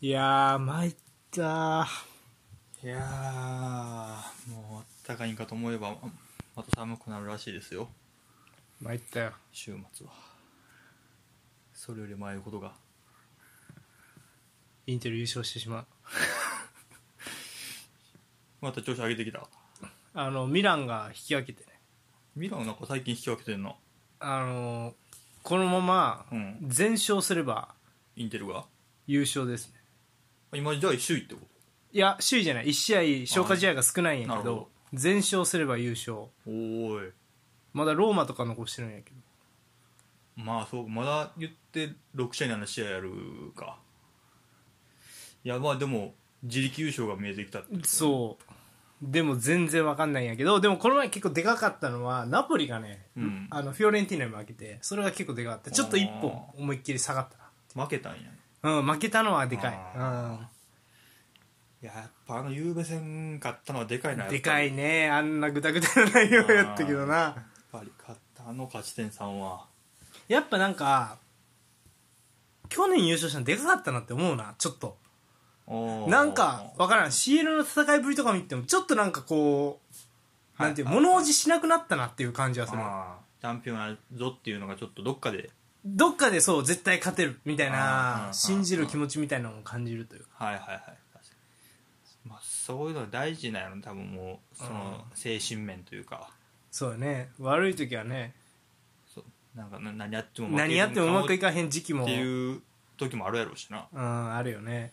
いやー、参ったいやーもうあったかいんかと思えばまた寒くなるらしいですよ参ったよ。週末はそれより前のことがインテル優勝してしまう。また調子上げてきたあの、ミランが引き分けてね。ミラノなんか最近引き分けてんのあの、このままうん全勝すればインテルが優勝ですね。今じゃあ首位ってこいや、首位じゃない。1試合、消化試合が少ないんやなけるほどど、全勝すれば優勝。とおーいまだローマとか残してるんやけど。まあそうまだ言って6試合7試合やるかいやまあでも自力優勝が見えてきたってそう。でも全然わかんないんやけど、でもこの前結構でかかったのは、ナポリがね、うんあの、フィオレンティーナに負けて、それが結構でかかった。ちょっと一あ歩思いっきり下がったな。負けたんやねうん、負けたのはでかい。あいややっぱあのゆうべ戦勝ったのはでかいなうん。やっぱりでかいね。あんなぐたぐたな内容やったけどな。やっぱり勝ったあの勝ち点3はやっぱなんか、去年優勝したのでかかったなって思うな、ちょっと。おーなんか、わからん。CL の戦いぶりとか見ても、ちょっとなんかこう、はいなんていう、物おじしなくなったなっていう感じはする。あーチャンピオンやぞっていうのがちょっとどっかでどっかでそう、絶対勝てる、みたいあな、ー信じる気持ちみたいなのを感じるというか。はいはいはい確かにまあ、そういうのは大事なんやろ多分もうその精神面というかそうだね。悪い時はね、そうなんかな何やっても負けへん何やってもうまくいかへん時期も、ってうん、いう時もあるやろうしな、あるよね。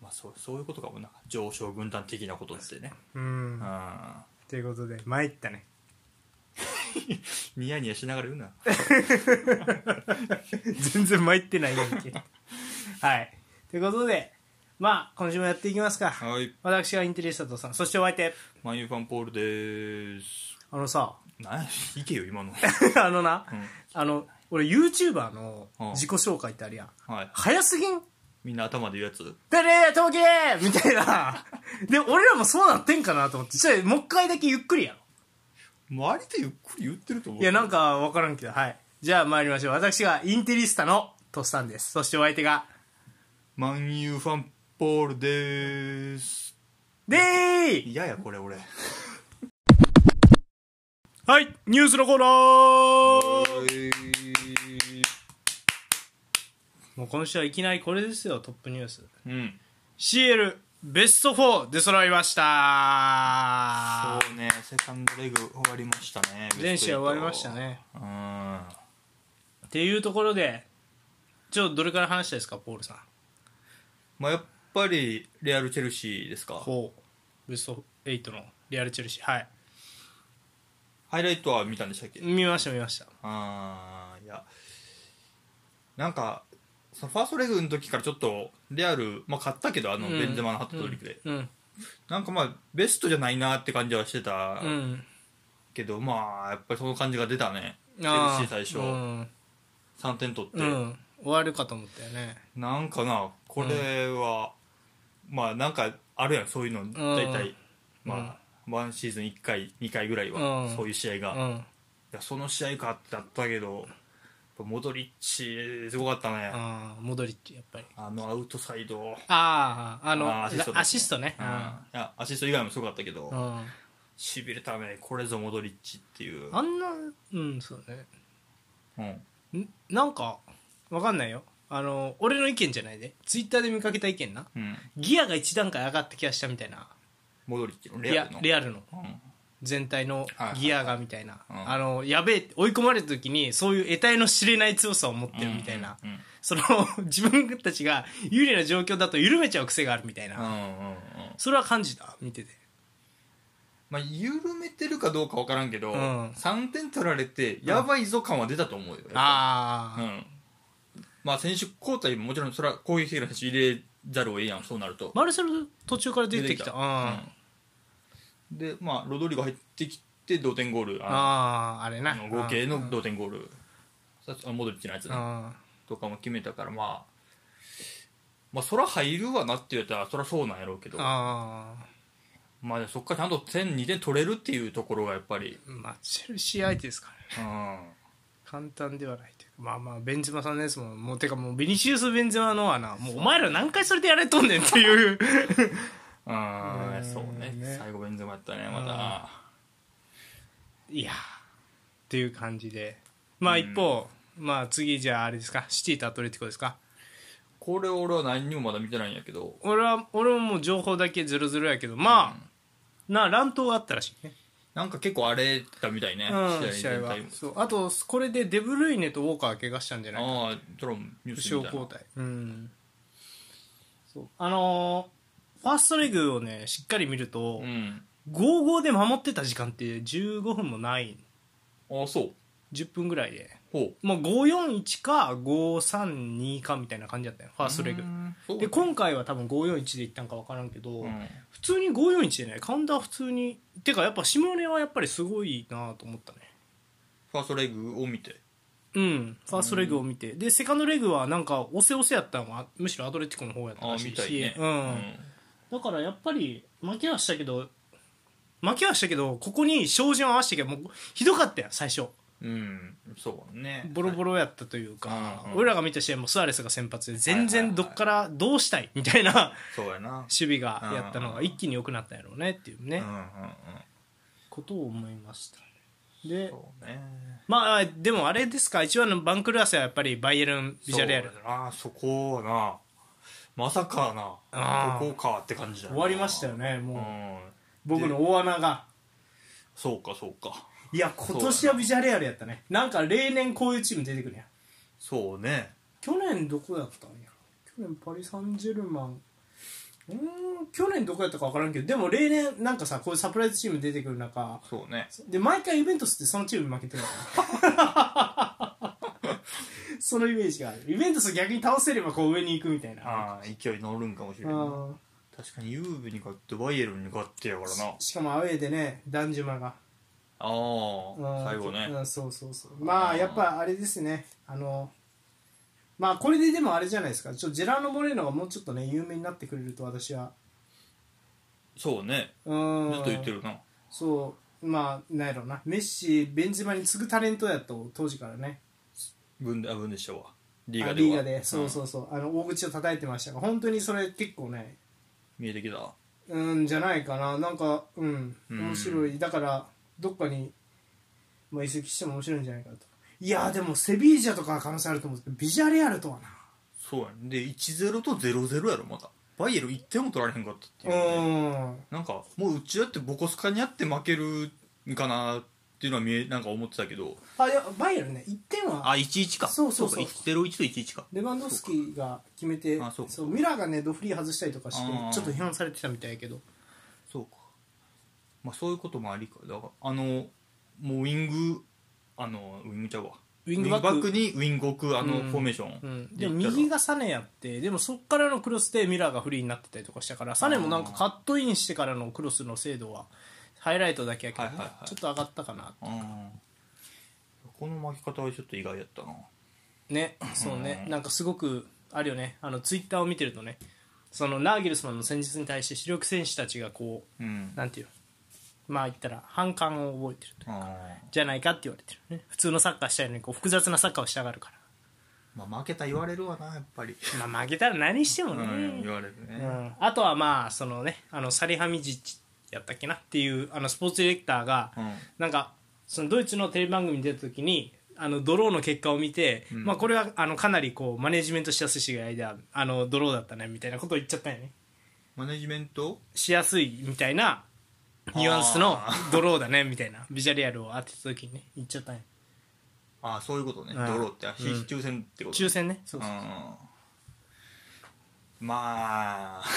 まあ、そうそういうことかもな上昇軍団的なことってねうん。うんということで、参ったね。ニヤニヤしながら言うな 全然参ってないやんけはいということでまあ今週もやっていきますか、はい私がインテリスタトさんそしてお相手マンユーファンポールでーすあのさ何やいけよ今の、 あのな、うんあの俺 YouTuber のうん自己紹介ってあるやん、はい、早すぎんみんな頭で言うやつだねー、トーキーみたい な。で、俺らもそうなってんかなと思って。それ、もう一回だけゆっくりやろ。周りでゆっくり言ってると思ういや、なんかわからんけど、はい。じゃあ参りましょう。私がインテリスタのトスさんです。そしてお相手が、マンユーファンポールでーすでーい嫌やこれ俺はい、ニュースのコーナーもう今週はいきなりこれですよトップニュースうん CL ベスト4出揃いましたそうねセカンドレグ終わりましたね全試合終わりましたねうんまっていうところでちょっとどれから話したいですかポールさんあやっぱりレアル・チェルシーですかほうベスト8のリアルチェルシーはいハイライトは見たんでしたっけ見ました見ましたあーいやなんかそのファーストレグの時からちょっとレアル、まあ、勝ったけどあのうんベンゼマのハットトリックで、うんなんかまあベストじゃないなって感じはしてたうんけど、まあやっぱりその感じが出たねチェあールシー最初、うん、 3点取って、うん、終わるかと思ったよねなんかなこれは、まあなんかあるやんそういうの大体、まあ、ワンシーズン1回2回ぐらいうは、んそういう試合が、ういんやその試合かってなったけどやっぱモドリッチすごかったね、ああモドリッチやっぱりあのアウトサイド、あああのあーアシストですねアシストねうんいやアシスト以外もすごかったけど、うんうんしびれたねこれぞモドリッチっていう、あんなうんそうねうん、んなんかわかんないよあの俺の意見じゃないでツイッターで見かけた意見なうん、ギアが一段階上がった気がしたみたいなモドリッチのいレアやルのレアルのうん全体のはいはいギアがみたいな、うんあのやべえ追い込まれた時にそういう得体の知れない強さを持ってるみたいな、うんうんその 自分たちが有利な状況だと緩めちゃう癖があるみたいな、うんうんうんそれは感じた見ててまあ、緩めてるかどうか分からんけど、うん3点取られてやばいぞ感は出たと思うよ、あうあ、んまあ選手交代ももちろんそれは攻撃的な選手入れざるを得やんそうなると、マルセロ途中から出てきた出てきたうん、あでまあロドリゴ入ってきて同点ゴールあああれなの合計の同点ゴールさあのモドリッチのやつ、うね、んうんとかも決めたからまあまあそら入るわなって言ったらそらそうなんやろうけどああまあでもそっからちゃんと点2点取れるっていうところがやっぱりまあチェルシー相手ですからねうん簡単ではないというまあまあベンゼマさんのやつももうてかもうベニシウス・ベンゼマのはなもうお前ら何回それでやれとんねんって いううんそうねね最後ベンゼマやったねまいやーっていう感じでまあ一方、まあ次じゃああれですかシティとアトレティコですかたこれ俺は何にもまだ見てないんやけど俺は俺ももう情報だけズルズルやけどまあ、な乱闘があったらしいねなんか結構荒れたみたいねうん試合全は体もそうあとこれでデブルイネとウォーカーは怪我したんじゃないかなああトロンニュー負ス傷みたい交な代うんそうあのーファーストレグをねしっかり見ると、うん5-5で守ってた時間って15分もないああそう10分ぐらいでほうもう541か532かみたいな感じだったよファーストレグそうで今回は多分541でいったんか分からんけど、うん普通に541でねカウンター普通にてかやっぱ下根はやっぱりすごいなと思ったねファーストレグを見てうんファーストレグを見て、でセカンドレグはなんか押せ押せやったのはむしろアドレティコの方やったああらし見いたいし、ねうん、だからやっぱり負けはしたけど負けはしたけどここに照準を合わせてけどもうひどかったよ最初うんうんそうねボロボロやったというか、はいうん俺らが見た試合もスアレスが先発で全然どっからどうしたいみたいなそうやな守備がやったのうがん一気に良くなったんやろうねっていうね、うんうんうんことを思いましたねでそうねまあでもあれですか一番のバンクルアスはやっぱりバイエルン・ビジャレアルそうやなそこはなまさかなあーここかって感じだな終わりましたよねうもう、ん僕の大穴がそうかそうかいや今年はビジャレアルやったねなんか例年こういうチーム出てくるやんそうね去年どこやったんや去年パリ・サンジェルマンうーん去年どこやったか分からんけどでも例年なんかさこういうサプライズチーム出てくる中そうねで毎回イベントスってそのチームに負けてるの そのイメージがあるイベントス逆に倒せればこう上に行くみたいなああ勢い乗るんかもしれないあ確かにユーブに勝ってバイエルンに勝ってやからなあしかもアウェーでねダンジュマがあー最後うねんそうそうそうまあやっぱあれですねあのまあこれででもあれじゃないですかちょっとジェラーノ・モレーノがもうちょっとね有名になってくれると私はそうねうんずっと言ってるなそうまあなんやろうなメッシベンゼマに次ぐタレントやと当時からね分であ分でしたわリーあガでリーはガでそうそううんそう、あの大口を叩いてましたが本当にそれ結構ね見えてきたうんじゃないかななんかうんうん面白いだからどっかに、まあ、移籍しても面白いんじゃないかといやーでもセビージャとかは可能性あると思うんですけどビジャレアルとはなそうやねで1-0と0-0やろまたバイエル1点も取られへんかったっていううねんなんかもううちだってボコスカにあって負けるんかなっていうのは見えなんか思ってたけどあいやバイエルンね1点はあ11かそうそうそうか101と11かレバンドフスキが決めてあそうかミラーがねドフリー外したりとかしてあーちょっと批判されてたみたいやけどそうかまあそういうこともありかだからあのもうウィングあのウィングちゃうわウィングバックにウィング置くあのうんフォーメーション、うん、でも右がサネやってでもそっからのクロスでミラーがフリーになってたりとかしたからサネもなんかカットインしてからのクロスの精度はハイライトだけやけどね、はいはいはいちょっと上がったかなうんこの巻き方はちょっと意外やったなねそうねうんなんかすごくあるよねあのツイッターを見てるとねそのナーギルスマンの戦術に対して主力選手たちがこうんうなんていうのまあ言ったら反感を覚えてるとあじゃないかって言われてるね普通のサッカーしたいのにこう複雑なサッカーをしたがるかーまあ負けた言われるわなやっぱり、ら、まあ、負けたら何してもうね、ん、言われるね、うんあとはまあそのねあのサリハミジッチやったっけなっていうあのスポーツディレクターが、うんなんかそのドイツのテレビ番組に出た時にあのドローの結果を見て、まあ、これはあのかなりこうマネジメントしやすい試合だあのドローだったねみたいなことを言っちゃったんよねマネジメントしやすいみたいなニュアンスのあドローだねみたいなビジャレアルを当てた時にね言っちゃったんよああそういうことね、うんドローってあ非うん抽選ってこと抽選ねそううそうんまあ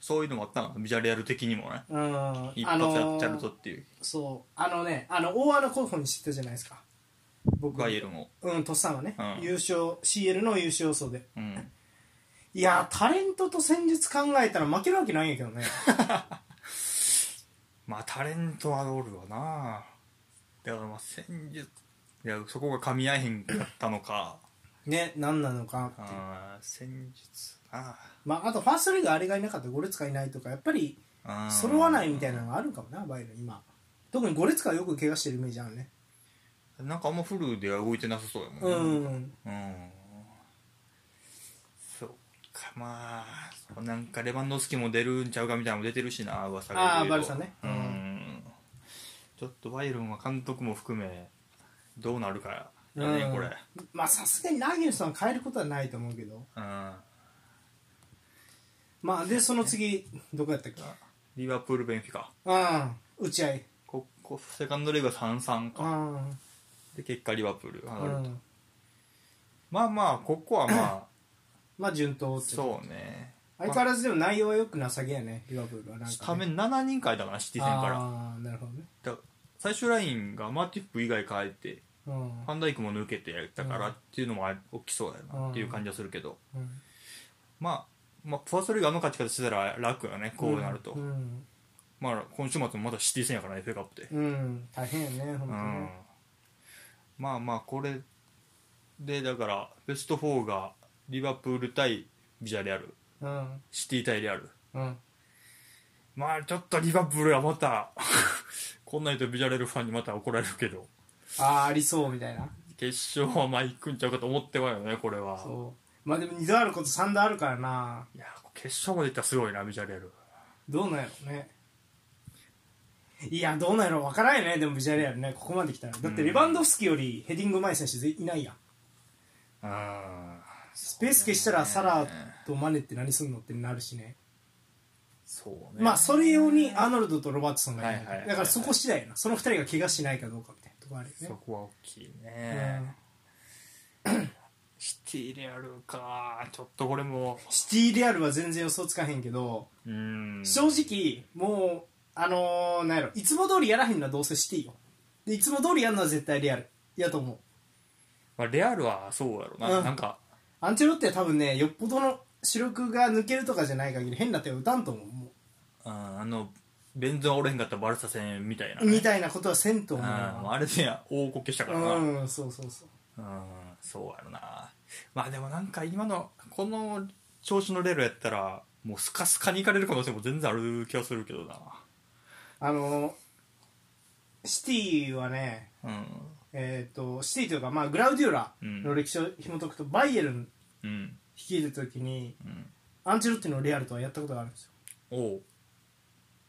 そういうのもあったのビジャレアル的にもねうん一あ発やのっちゃるとーっていう、そうあのねあの大穴候補にしてたじゃないですか僕バイエルンをうん、とっさんはね、うん優勝 CL の優勝予想でうんいやータレントと戦術考えたら負けるわけないんやけど ねまあタレントはおるわなだからまあ戦術いやそこが噛み合えへんかったのかね何なのかあー戦術なまあ、あとファーストリーグあれがいなかったらゴレツカいないとかやっぱりあー揃わないみたいなのがあるかもなバイエルン今特にゴレツカはよく怪我してるイメージあるねなんかあんまフルでは動いてなさそうやもんうねんうんそうかまあそうなんかレバンドフスキも出るんちゃうかみたいなのも出てるしな噂があーいろいバろルサねう、うんんちょっとバイエルンは監督も含めどうなるかやね、うんこれまあさすがにラーゲンスさんは変えることはないと思うけどうんまあでその次どこやったっけリバプールベンフィカああ打ち合いここセカンドレーグは3-3かあで結果リバプール上あがうると、んまあまあここはままあ順当あってそうね相変わらずでも内容はよくなさげやねリバプールはなんか、ね、スタメン7人変えたかなシティ戦からああなるほどねだ最終ラインがマーティップ以外変えてうんファンダイクも抜けてやったからうんっていうのもあ大きそうだようなんっていう感じはするけど、うんまあ、まあプアソリがあの勝ち方してたら楽よねこうなると、うん、まあ今週末もまだシティ戦やからね FA カップでうん、大変やね本う当んねまあまあこれでだからベスト4がリバプール対ビジャレアルうんシティ対レアルうんまあちょっとリバプールはまた こんなにとビジャレアルファンにまた怒られるけどああありそうみたいな決勝はまあ行くんちゃうかと思ってはよねこれはそうまあでも2度あること3度あるからないや決勝までいったらすごいなビジャレアルどうなんやろねいやどうなんやろ分からんよねでもビジャレアルねここまで来たらだってレバンドフスキよりヘディングうまい選手いないやんああスペース消したらサラとマネって何すんのってなるしねそうねまあそれ用にアーノルドとロバートソンがいはいはいはいるだからそこ次第やなその2人が怪我しないかどうかみたいなとこあるよそねこは大きいうんね、シティレアルかちょっとこれもシティレアルは全然予想つかへんけど、うん正直もうあのー、なんやろいつも通りやらへんのはどうせシティよでいつも通りやるのは絶対レアルやと思うまあ、レアルはそうやろな、うんなんかアンチェロッテは多分ねよっぽどの主力が抜けるとかじゃない限り変な手を打たんと思うもうんあのベンゾンおれへんかったバルサ戦みたいなうね、みたいなことはせんとうん思うまあなあれで大こけしたからな、うんそうそうそううんそうやろなまあでもなんか今のこの調子のレールやったらもうスカスカにいかれる可能性も全然ある気がするけどなあのー、シティはねうんえっ、とシティというかまあグラウディオラの歴史を紐解くと、バイエルンうん率いる時にうんアンチェロッテのレアルとはやったことがあるんですよおう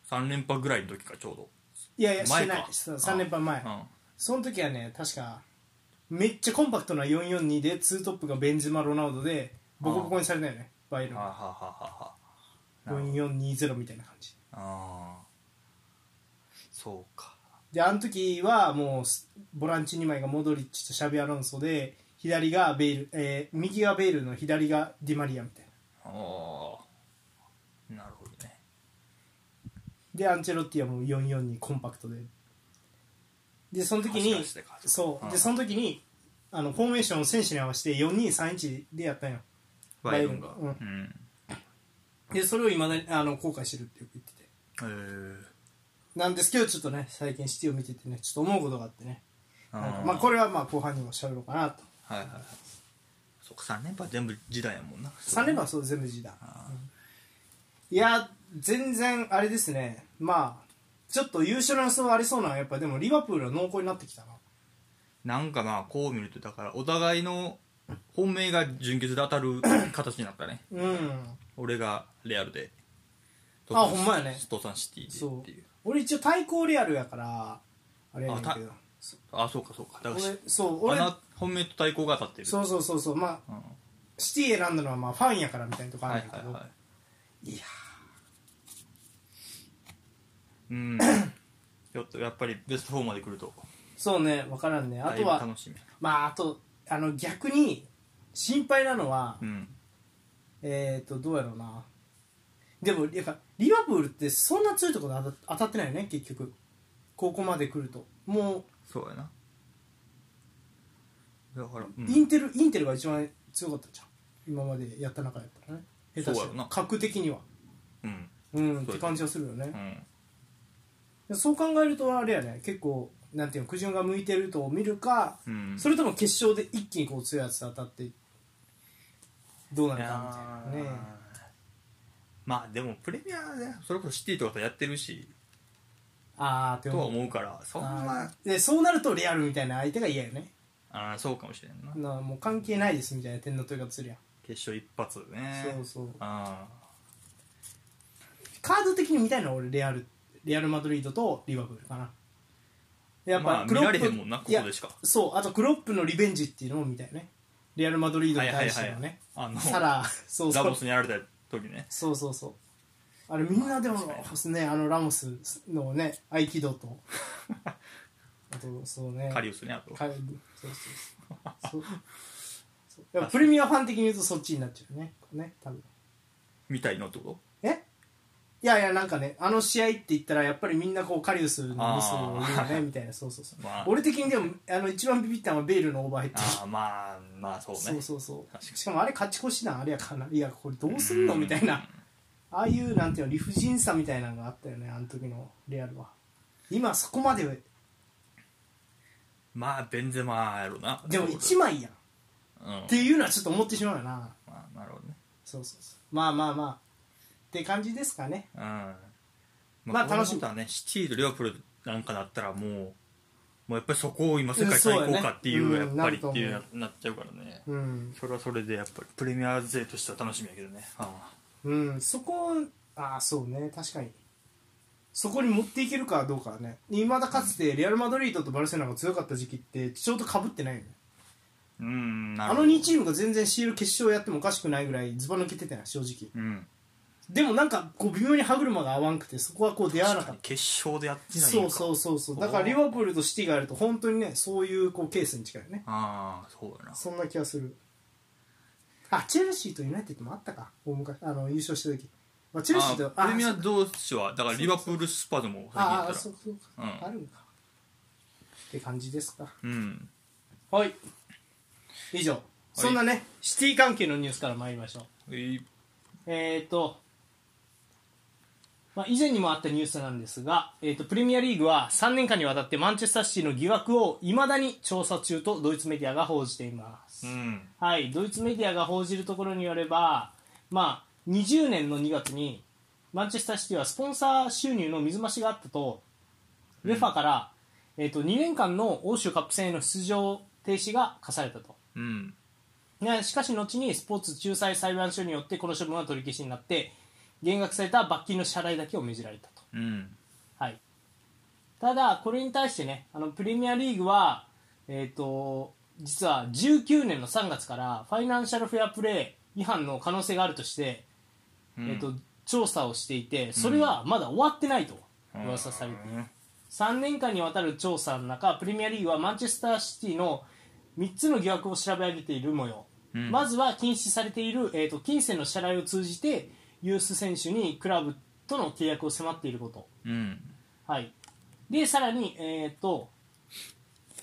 3連覇ぐらいの時かちょうどいやいやし前てかないそう3連覇前うんその時はね確かめっちゃコンパクトな442でツートップがベンジマ・ロナウドでボコボコにされたよねバイエルンはあ、ははあはあはあ、なるほど4420みたいな感じああそうかであの時はもうすボランチ2枚がモドリッチとシャビアロンソで左がベイル、えー右がベイルの左がディマリアみたいなああなるほどねでアンチェロッティはもう442コンパクトででその時走らにせてかそうでそのの時にあのフォーメーションを選手に合わせて4231でやったんよバイエルンがバイエルンううんでそれをいまだにあの後悔してるってよく言っててえーなんですけどちょっとね最近シティを見ててねちょっと思うことがあってねなんかまあこれれはまあ後半にもしゃべろうかなとはいはいはいそっか3連覇全部時代やもんな3連覇はそう全部時代あいや全然あれですねまあちょっと優勝の予想はありそうなのはやっぱでもリバプールは濃厚になってきたななんかまあこう見るとだからお互いの本命が準決で当たる形になっ たねうん俺がレアルであほんまやねストサンシティでっていう俺一応対抗レアルやからあれやねんあけたどあそうかそうかだから俺そう俺あの本命と対抗が当たってるそうそうそうそうまあうんはシティ選んだのはまあファンやからみたいなとこいあはるいんだけど、はいいやうん ちょっとやっぱりベスト4まで来るとそうね分からんねあだいとぶは楽しみやまああとあの逆に心配なのは、なうんえっ、ー、とどうやろうなでもやっぱリバプールってそんな強いところで当た当たってないよね結局ここまで来るともそうやなだから、うう、んインテルインテルが一番強かったじゃん今までやった中やったらね下手そうしやろてな格的にはうんうんっねて感じがするよねうんでそう考えるとあれやね結構なんていうの苦順が向いてると見るか、うんそれとも決勝で一気にこう強いやつと当たってどうなるいやかみたーいなねまあでもプレミアねそれこそシティとかとやってるしああってとは思う思うからそんあなーでそうなるとレアルみたいな相手が嫌よねあーそうかもしれんななもう関係ないですみたいな点の取り方するやん、決勝一発ねそうそうあカード的に見たいのは俺レアルレアル・マドリードとリバプールかなあやっまぱあクロ見ッらプ、れへんもんなここいやでしかそうあとクロップのリベンジっていうのも見たいねレアル・マドリードはにいはい対しはていのね、あのサラーそうザそボうスにやられた時ねそうそうそうあれみんなでもまあ確かねあのラモスのね合気道 とあとそうねカリウスねあとカリそうそうそうそ うそうやっぱプレミアファン的に言うとそっちになっちゃうねね多分みたいのってこえいやいやなんかねあの試合って言ったらやっぱりみんなこうカリウスのミスを見るよあーねみたいなそうそうそう、まあ俺的にでもあの一番ビビったのはベイルのオーバーヘッとドああまあまあそうねそうそうそう確かにしかもあれ勝ち越しなんあれやからいやこれどうすんのみたいなああいうなんていうの理不尽さみたいなのがあったよねあの時のレアルは今そこまでまあベンゼマやろなでも1枚やんっうんていうのはちょっと思ってしまうよなまあなるほどねそうそうそうまあまあまあって感じですかねうんまあ楽しみだねシティとリバプールなんかだったらもうもうやっぱりそこを今世界最高かっていううんやっぱりっていそうやうねなっちゃうからねうんそれはそれでやっぱりプレミア勢としては楽しみやけどねあうんそこああそうね確かにそこに持っていけるかどうかはねいまだかつてレアル・マドリードとバルセロナが強かった時期ってちょうどかぶってないよねあうんなるあほどの2チームが全然 CL 決勝やってもおかしくないぐらいズバ抜けてたな正直うんでもなんかこう微妙に歯車が合わんくてそこはこう出会わなかった決勝でやってないそうそううそうそうだからリバプールとシティがあると本当にねそういうこうケースに近いよねああそうやなそんな気がするあチェルシーとユナイテッドもあったか大昔あの優勝した時、まあ、チェルシーとあプレミあア同士はだからリバプールスパーズも最近やあっあたそうらそうか、うんあるんかって感じですかうんはい以上、そんなねシティ関係のニュースから参りましょういえーと、まあ、以前にもあったニュースなんですが、えー、とプレミアリーグは3年間にわたってマンチェスターシティの疑惑をいまだに調査中とドイツメディアが報じています、うんはい、ドイツメディアが報じるところによれば、まあ、20年の2月にマンチェスターシティはスポンサー収入の水増しがあったとレファから、えー、と2年間の欧州カップ戦への出場停止が課されたとうんね、しかし後にスポーツ仲裁裁判所によってこの処分は取り消しになって減額された罰金の支払いだけを命じられたと、うんはい、ただこれに対してねあのプレミアリーグは、えー、と実は19年の3月からファイナンシャルフェアプレー違反の可能性があるとして、うんえー、と調査をしていてそれはまだ終わってないと噂されている、3年間にわたる調査の中プレミアリーグはマンチェスターシティの3つの疑惑を調べ上げている模様、うんまずは禁止されている、えー、と金銭の支払いを通じてユース選手にクラブとの契約を迫っていること、うんはい、でさらに、えー、と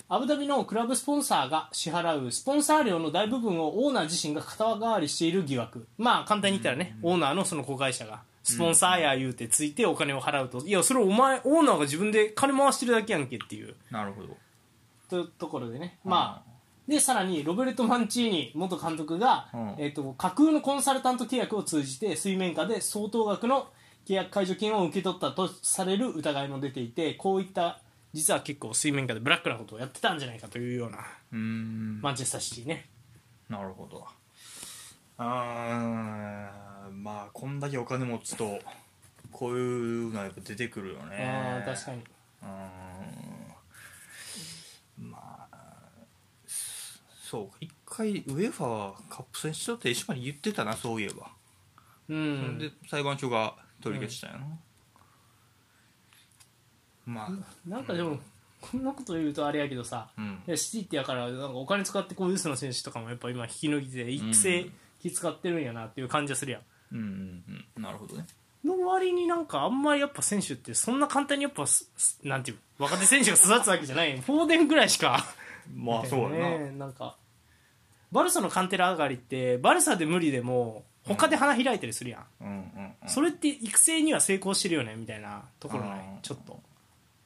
アブダビのクラブスポンサーが支払うスポンサー料の大部分をオーナー自身が肩代わりしている疑惑まあ簡単に言ったらね、オーナーのその子会社がスポンサーや言うてついてお金を払うと、いやそれお前オーナーが自分で金回してるだけやんけっていうなるほどとところでね、まあでさらにロベルト・マンチーニ元監督が、うんえー、と架空のコンサルタント契約を通じて水面下で相当額の契約解除金を受け取ったとされる疑いも出ていてこういった実は結構水面下でブラックなことをやってたんじゃないかというようなうんマンチェスターシティねなるほどあーまあこんだけお金持つとこういうのはやっぱ出てくるよねあー確かにうーんまあそうか一回ウェファはカップ戦しとって島に言ってたなそういえば、うそれでん裁判所が取り消したよな、まあなんかでもこんなこと言うとあれやけどさうんいやシティってやからなんかお金使ってこうユースの選手とかもやっぱ今引き抜きで育う成ん気使ってるんやなっていう感じがするやんうんうんうんなるほどねの割になんかあんまりやっぱ選手ってそんな簡単にやっぱすすなんていうの若手選手が育つわけじゃないフォーデンぐらいしか まあそうだな、ねなんかバルサのカンテラ上がりってバルサで無理でも他で花開いたりするやん、うんうんうんそれって育成には成功してるよねみたいなところない、うんちょっと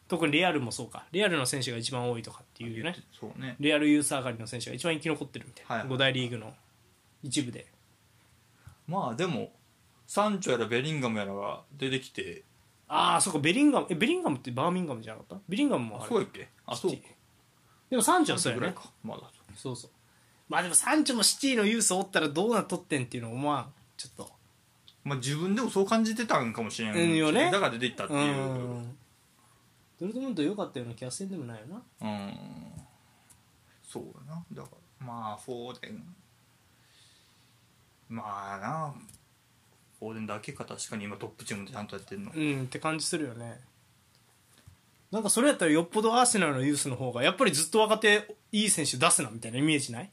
特にレアルもそうかレアルの選手が一番多いとかっていうねそうねレアルユース上がりの選手が一番生き残ってるみたいな、はいはい5大リーグの一部でまあでもサンチョやらベリンガムやらが出てきてああそっかベリンガムえベリンガムってバーミンガムじゃなかったベリンガムもああるそうやっけあそうシティでもサンチョかはそうやぐらいねかまだそうそうまあでもサンチョもシティのユースおったらどうなっとってんっていうの思わんちょっとまあ自分でもそう感じてたんかもしれんうんよねだから出ていったってういう、んドルトムント良かったような気がせんでもないよなうんそうやなだからまあフォーデンまあなフォーデンだけか確かに今トップチームでちゃんとやってるの、うんって感じするよねなんかそれやったらよっぽどアーセナルのユースの方がやっぱりずっと若手いい選手出すなみたいなイメージない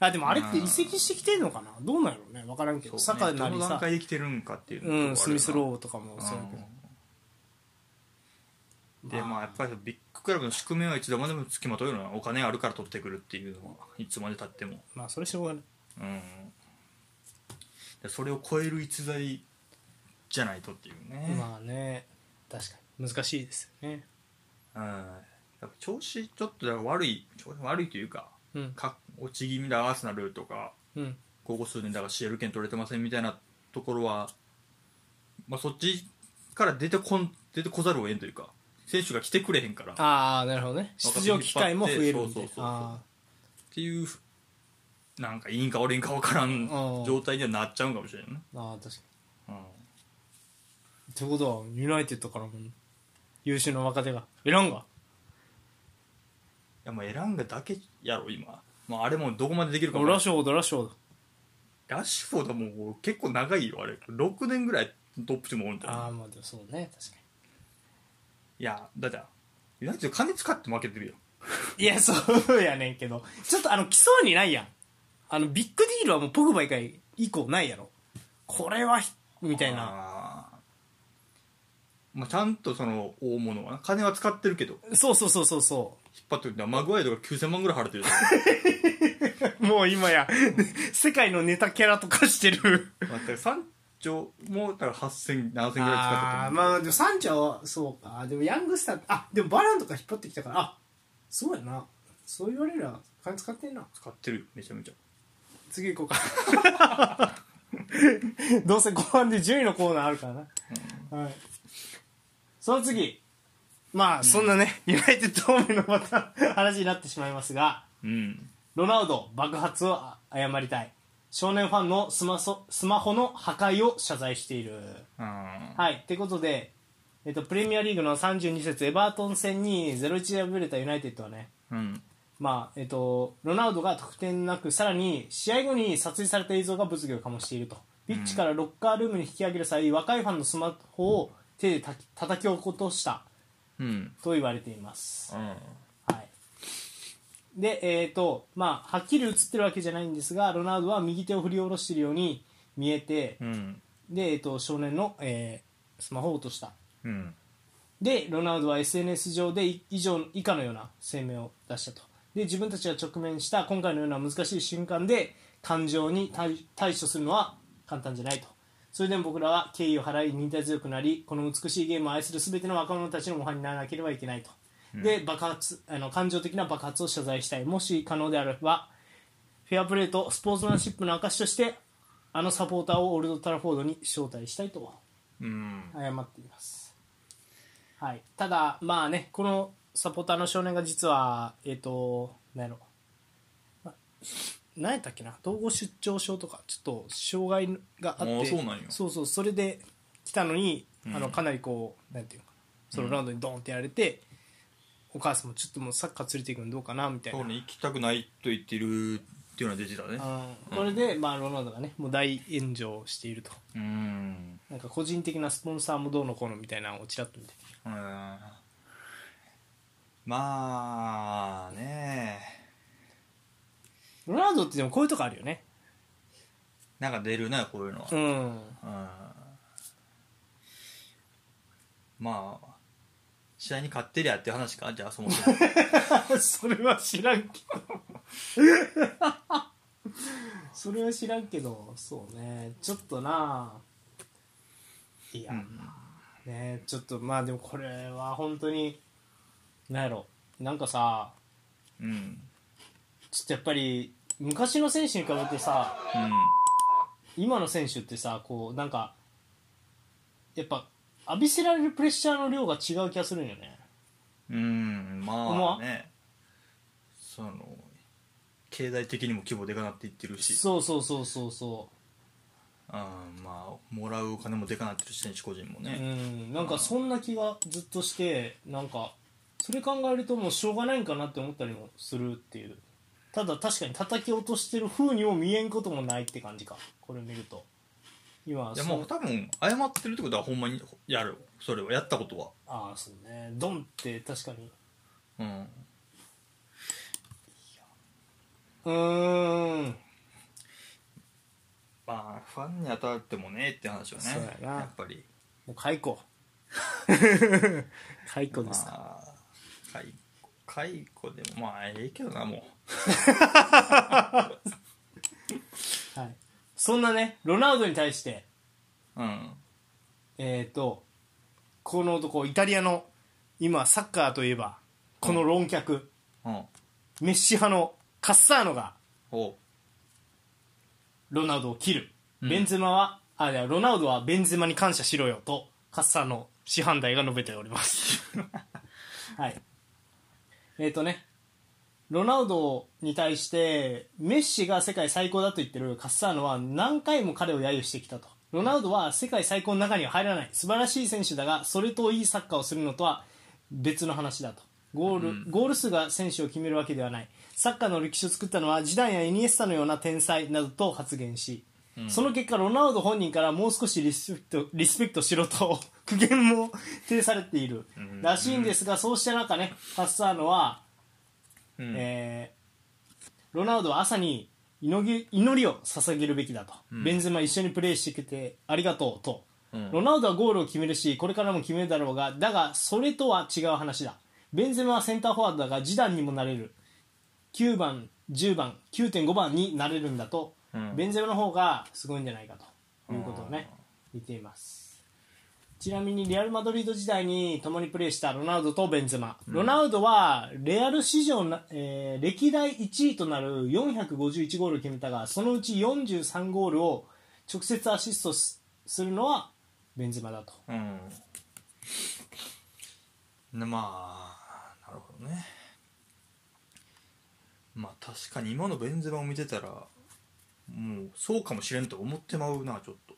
あでもあれって移籍してきてんのかなどうなんやろうね分からんけそどうねサカなどりの段さ、階できてるんかっていうのとこあるう、よなんスミスローとかもそうやけどうんでまあやっぱりビッグクラブの宿命はいつでもでもつきまとうようなお金あるから取ってくるっていうのはいつまでたってもまあそれしょうがないうんでそれを超える逸材じゃないとっていうね、まあね確かに難しいですよねうんやっぱ調子ちょっとだから悪い調子悪いというかうんか落ち気味だアーセナルとかうんここ数年だから CL 権取れてませんみたいなところは、まあ、そっちから出てこん出てこざるを得んというか選手が来てくれへんからっああなるほどね出場機会も増えるみたいそうそうそうなそうあていうなんかいいんか悪いんか分からんうん状態にはなっちゃうんかもしれんね、ーあー確かうん、にってことはユナイテッドからも優秀な若手がエランガいやもうエランガだけやろ今、まあ、あれもどこまでできるかもラショードラショードラッシュフォードも結構長いよあれ6年ぐらいトップチームおるんじゃないああまあでもそうね確かいやだってユナイテッド金使って負けてるよにいやそうやねんけどちょっとあの来そうにないやんあのビッグディールはもうポグバ以外以降ないやろこれはひみたいなあーまあ、ちゃんとその大物はな金は使ってるけど引っそうそうそうそうそ張ってるんだマグワイドが9000万ぐらい払 ってるじうもう今や 世界のネタキャラとかしてるゃんまあだから山頂もだから80007000ぐらい使ってたああーまあでもサンチョはそうかでもヤングスターあでもバランとか引っ張ってきたからあそうやなそう言われりゃ金使ってんな使ってるよめちゃめちゃ次行こうか どうせ後半で10位のコーナーあるからな、はい、その次まあそんなね、ユナイテッド方面のまた話になってしまいますがうんロナウド爆発をあ謝りたい少年ファンのスマソスマホの破壊を謝罪しているあはい、ってことで、えっと、プレミアリーグの32節エバートン戦に0-1で敗れたユナイテッドはね、ーうんまあえっと、ロナウドが得点なくさらに試合後に撮影された映像が物議を醸しているとピッチからロッカールームに引き上げる際若いファンのスマホを手でたき叩き起ことしたうんと言われていますうんはい、で、えーとまあ、はっきり映ってるわけじゃないんですがロナウドは右手を振り下ろしているように見えてうんで、えー、と少年の、えースマホを落としたうんでロナウドは SNS 上でい以上以下のような声明を出したとで自分たちが直面した今回のような難しい瞬間で感情に対対処するのは簡単じゃないとそれでも僕らは敬意を払い忍耐強くなりこの美しいゲームを愛する全ての若者たちの模範にならなければいけないと、で爆発あの感情的な爆発を謝罪したいもし可能であればフェアプレーとスポーツマンシップの証としてあのサポーターをオールド・トラフォードに招待したいとうん謝っています、はい、ただまあねこのサポーターの少年が実はえっ、と何やろな何やったっけな統合失調症とかちょっと障害があっああてそうなんやそうそうそれで来たのに、うんあのかなりこうなんていうのかなそのラウンドにドーンってやられて、お母さんもちょっともうサッカー連れて行くのどうかなみたいな、そうね行きたくないと言ってるっていうのは出てたねうんこれで、まあ、ロナウドがねもう大炎上しているとうんなんか個人的なスポンサーもどうのこうのみたいなのをちらっと見てうんまあねロナウドってでもこういうとこあるよねなんか出るなこういうのはうん うんまあ試合に勝ってりゃっていう話かじゃあそも そもそれは知らんけど それは知らんけどそうねちょっとないや、ねちょっとまあでもこれは本当になんやろなんかさうんうんちょっとやっぱり昔の選手に比べてさ今の選手ってさこうなんかやっぱ浴びせられるプレッシャーの量が違う気がするんよねうん思まわあねその経済的にも規模でかなっていってるしそうそうそうそうそうんまあもらうお金もでかなってるし選手個人もううね、んなんかそんな気がずっとしてなんかそれ考えるともうしょうがないんかなって思ったりもするっていうただ確かに叩き落としてる風にも見えんこともないって感じかこれ見ると今いやそもう多分謝ってるってことはほんまにやるそれはやったことはああそうねドンって確かにうんうーんまあファンに当たってもねって話はねそうやなやっぱりもう解 雇解雇まですか、あ解雇解雇でもまあええけどなもはい、そんなねロナウドに対してううんえっ、とこの男イタリアの今サッカーといえばこの論客、うんメッシ派のカッサーノがおうロナウドを切る、うんベンゼマはあいやロナウドはベンゼマに感謝しろよとカッサーノ師範代が述べております はいえっ、とねロナウドに対してメッシが世界最高だと言ってるカッサーノは何回も彼を揶揄してきたとロナウドは世界最高の中には入らない素晴らしい選手だがそれといいサッカーをするのとは別の話だとゴール,、うんゴール数が選手を決めるわけではないサッカーの歴史を作ったのはジダンやエニエスタのような天才などと発言し、うんその結果ロナウド本人からもう少しリスペクトリスペクトしろと 苦言も呈されているんらしいんですが、そうした中ねカッサーノはうんえーロナウドは朝に祈り祈りを捧げるべきだと、うんベンゼマ一緒にプレーしてくれてありがとうと、うんロナウドはゴールを決めるしこれからも決めるだろうがだがそれとは違う話だベンゼマはセンターフォワードだがジダンにもなれる9番10番9.5番になれるんだと、うんベンゼマの方がすごいんじゃないかということをね言っていますちなみにレアル・マドリード時代に共にプレーしたロナウドとベンゼマ、ロナウドはレアル史上な、えー歴代1位となる451ゴールを決めたがそのうち43ゴールを直接アシストすするのはベンゼマだとうんねまあなるほどねまあ確かに今のベンゼマを見てたらもうそうかもしれんと思ってまうなちょっと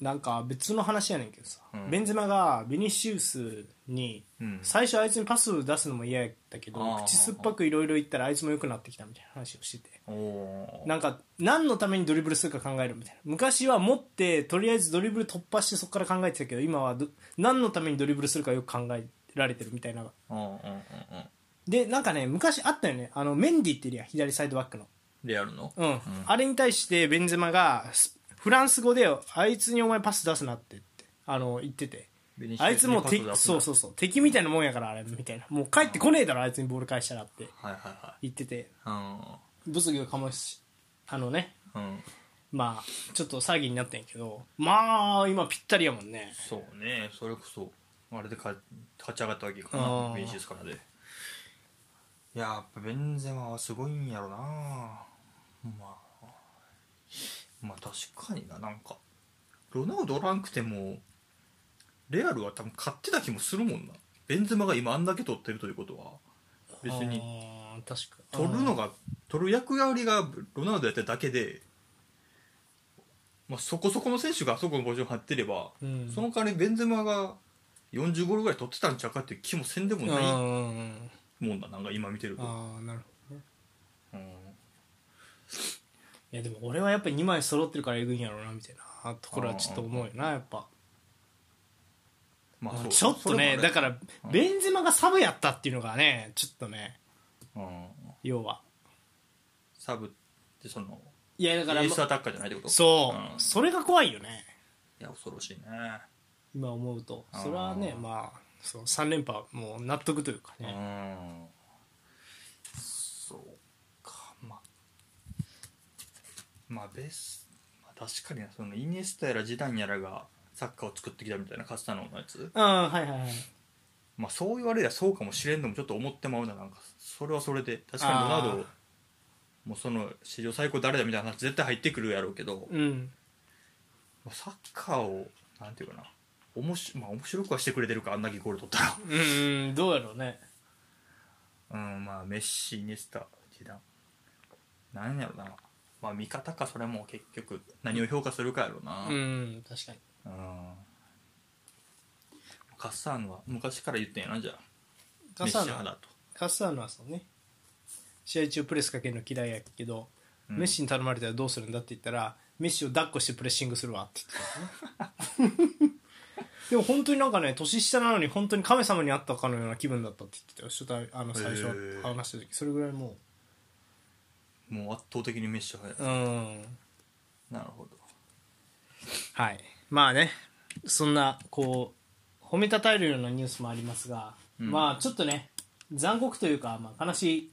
なんか別の話やねんけどさ、うんベンゼマがビニシウスにうん最初あいつにパス出すのも嫌やったけどあー口酸っぱくいろいろ言ったらあいつも良くなってきたみたいな話をしてておおなんか何のためにドリブルするか考えるみたいな昔は持ってとりあえずドリブル突破してそこから考えてたけど今はど何のためにドリブルするかよく考えられてるみたいなうんうんうんうんでなんかね昔あったよねあのメンディっているやん左サイドバックのレアルのうん、あれに対してベンゼマがスフランス語であいつにお前パス出すなってってあの言っててベニシアあいつもう敵にパス出すそなうそうそう敵みたいなもんやからあれみたいなもう帰ってこねえだろあいつにボール返したらってはいは言ってていは物議を醸しあのねいうんうんまあちょっと騒ぎになったんやけどまあ今ぴったりやもんねそうねそれこそあれでか勝ち上がったわけかあなーベニシウスからでいややっぱベンゼマはすごいんやろなまあまあ確かにななんかロナウドおらんくてもレアルは多分勝ってた気もするもんなベンゼマが今あんだけ取ってるということは別にあー確か取るのが取る役割がロナウドやっただけで、まあ、そこそこの選手があそこのポジション張ってれば、うんその代わりベンゼマが40ゴールぐらい取ってたんちゃうかっていう気もせんでもうんなういんうんもんだなんか今見てると、ああなるほどねうんいやでも俺はやっぱ2枚揃ってるからえぐいんやろうなみたいなところはちょっと思うよなやっぱまあそう、ちょっとねだかららベンゼマがサブやったっていうのがねちょっとねうん要はサブってそのいやだエから、ースまアタッカーじゃないってことそう、んいそれが怖いよねや恐ろしいね今思うとそれはねあーまあそう3連覇もう納得というかうね、んそうかまあまあベス、まあ、確かになそのイニエスタやらジダンやらがサッカーを作ってきたみたいな勝タたのやつうん、はいはいはいまあそう言われりゃそうかもしれんのもちょっと思ってまうななんかそれはそれで確かにロナウあードもうその史上最高誰だみたいな話絶対入ってくるやろうけど、うんまあサッカーをなんていうかなおもし、まあ、面白くはしてくれてるかあんだけゴール取ったらうーんどうやろうねうんまあメッシイニエスタ時代なんやろなまあ見方かそれも結局何を評価するかやろなうん確かにうんカッサーノは昔から言ってんやなじゃあカッメッシサーノ派だと、カスターノはそうね試合中プレスかけるの嫌いやけど、うんメッシに頼まれたらどうするんだって言ったらメッシを抱っこしてプレッシングするわって言って た、ね、でも本当になんかね年下なのに本当に神様に会ったかのような気分だったって言ってたよ初対あの最へ初ー話した時それぐらいももう圧倒的にメッシ派ううや、んなるほどはいまあねそんなこう褒めたたえるようなニュースもありますが、うんまあちょっとね残酷というか、まあ、悲しい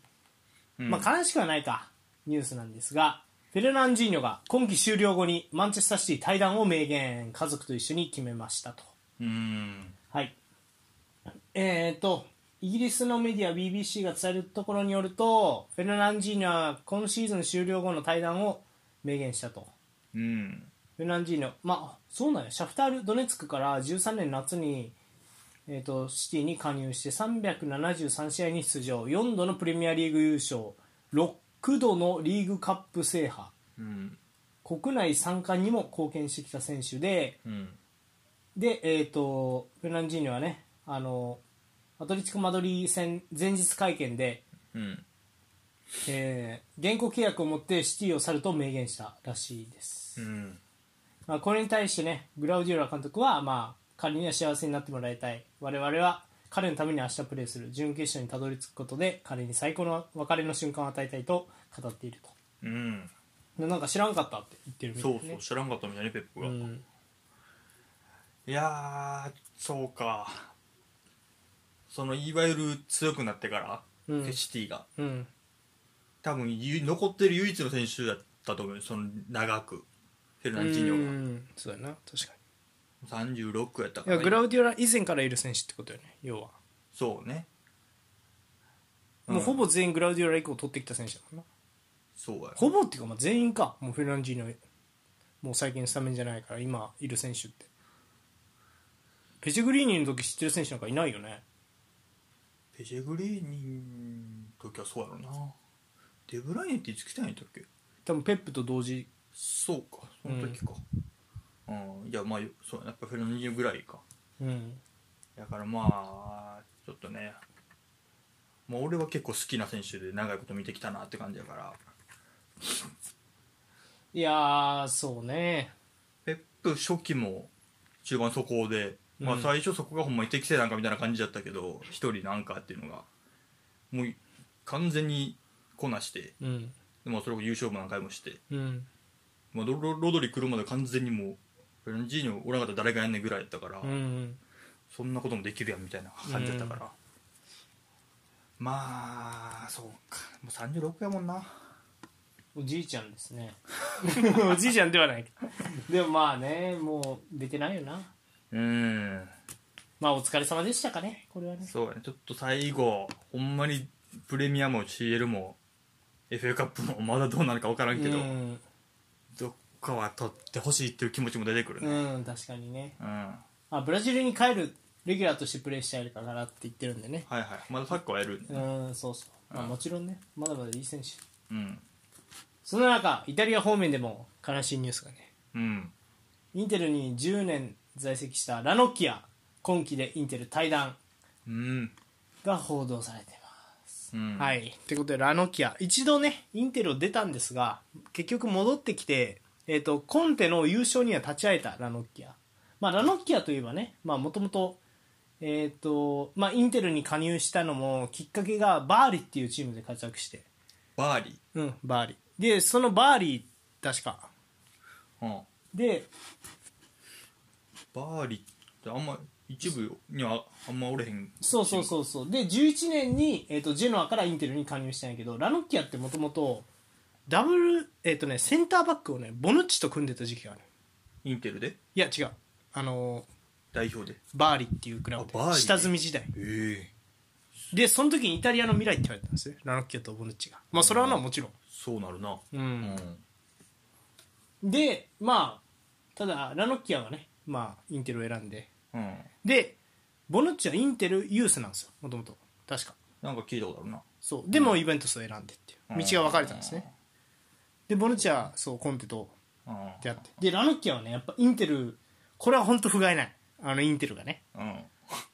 まあ、悲しくはないかニュースなんですがフェルナンジーニョが今季終了後にマンチェスターシティ退団を明言家族と一緒に決めましたとうんうんはいえー、とイギリスのメディア BBC が伝えるところによるとフェルナンジーニョは今シーズン終了後の退団を明言したとうんフェルナンジーニョまあそうなんやシャフタール・ドネツクから13年夏にえー、とシティに加入して373試合に出場4度のプレミアリーグ優勝6度のリーグカップ制覇うん国内3冠にも貢献してきた選手でうんで、えー、とフェルナンジーニョはねあのアトレティコ・マドリー戦前日会見で、うんえー、現行契約を持ってシティを去ると明言したらしいです、うんまあ、これに対してねグラウディオラ監督は、まあ、彼には幸せになってもらいたい我々は彼のために明日プレーする準決勝にたどり着くことで彼に最高の別れの瞬間を与えたいと語っているうんとなんか知らんかったって言ってるみたいでそうすそねう知らんかったみたいねペップが、うんいやーそうかそのいわゆる強くなってから、うんシティがうん多分ゆ残ってる唯一の選手だったと思うよその長くフェルナンジーニョうんそうだな確かが36やったかにいやらグラウディオラ以前からいる選手ってことよね要は、そうねもうほんぼ全員グラウディオラ以降取ってきた選手だもんなそうやほぼっていうか、まあ、全員かもうフェルナンジーニョもう最近スタメンじゃないから今いる選手ってペチェグリーニの時知ってる選手なんかいないよねペジェグリーニの時はそうやろなデブライネっていつ来たんやったっけ多分ペップと同時そうかその時かうん、いやまあそうやなやっぱフェルナンジーニョぐらいかうんだからまあちょっとねまあ俺は結構好きな選手で長いこと見てきたなって感じやからいやーそうねペップ初期も中盤そこで、まあうん最初そこがほんまに適正なんかみたいな感じだったけど一人なんかっていうのがもう完全にこなして、うんまあ、それこそ優勝も何回もして、うんまあ、ロロロドリ来るまで完全にもうフェルナンジーニョおらんかったら誰がやんねんぐらいやったから、うんそんなこともできるやんみたいな感じだったから、まあそうかもう36やもんなおじいちゃんですね おじいちゃんではないけどでもまあねもう出てないよなうんまあお疲れ様でしたかねこれはねそうやねちょっと最後ほんまにプレミアも CL も FA カップもまだどうなるか分からんけど、うん、どっかは取ってほしいっていう気持ちも出てくるねうん、確かにねうん、はあブラジルに帰るレギュラーとしてプレーしてやるからって言ってるんでねいはいまだサッカーはやるねうんそうそう、まあ、もちろんねまだまだいい選手うんそんな中イタリア方面でも悲しいニュースがねうんインテルに10年在籍したラノッキア今季でインテル退団うんが報道されていますうんはいということでラノキア一度ねインテルを出たんですが結局戻ってきて、えー、とコンテの優勝には立ち会えたラノキア、まあ、ラノキアといえばねも、まあ、ともと,、えーとまあ、インテルに加入したのもきっかけがバーリっていうチームで活躍してバーリうんバーリでそのバーリ確かー、うん、でバーリーってあんま一部にはあんまおれへんそうそううそうそうで11年に、えー、とジェノアからインテルに加入したんやけどラノッキアってもともとダブル、えーとね、センターバックをねボヌッチと組んでた時期があるインテルでいや違うあの代表でバーリっていうクラブであバーリ下積み時代ええでその時にイタリアの未来って言われたんですねラノッキアとボヌッチがまあそれはなもちろんそうなるなう、うんんでまあただラノッキアはねまあインテルを選んでうんでボヌッチはインテルユースなんですよもともと確かなんか聞いたことあるなそうでもイベントスを選んでっていう道が分かれたんですねでボヌッチはそうコンテとうん出会ってでラノッキアはねやっぱインテルこれは本当不甲斐ないあのインテルがねうん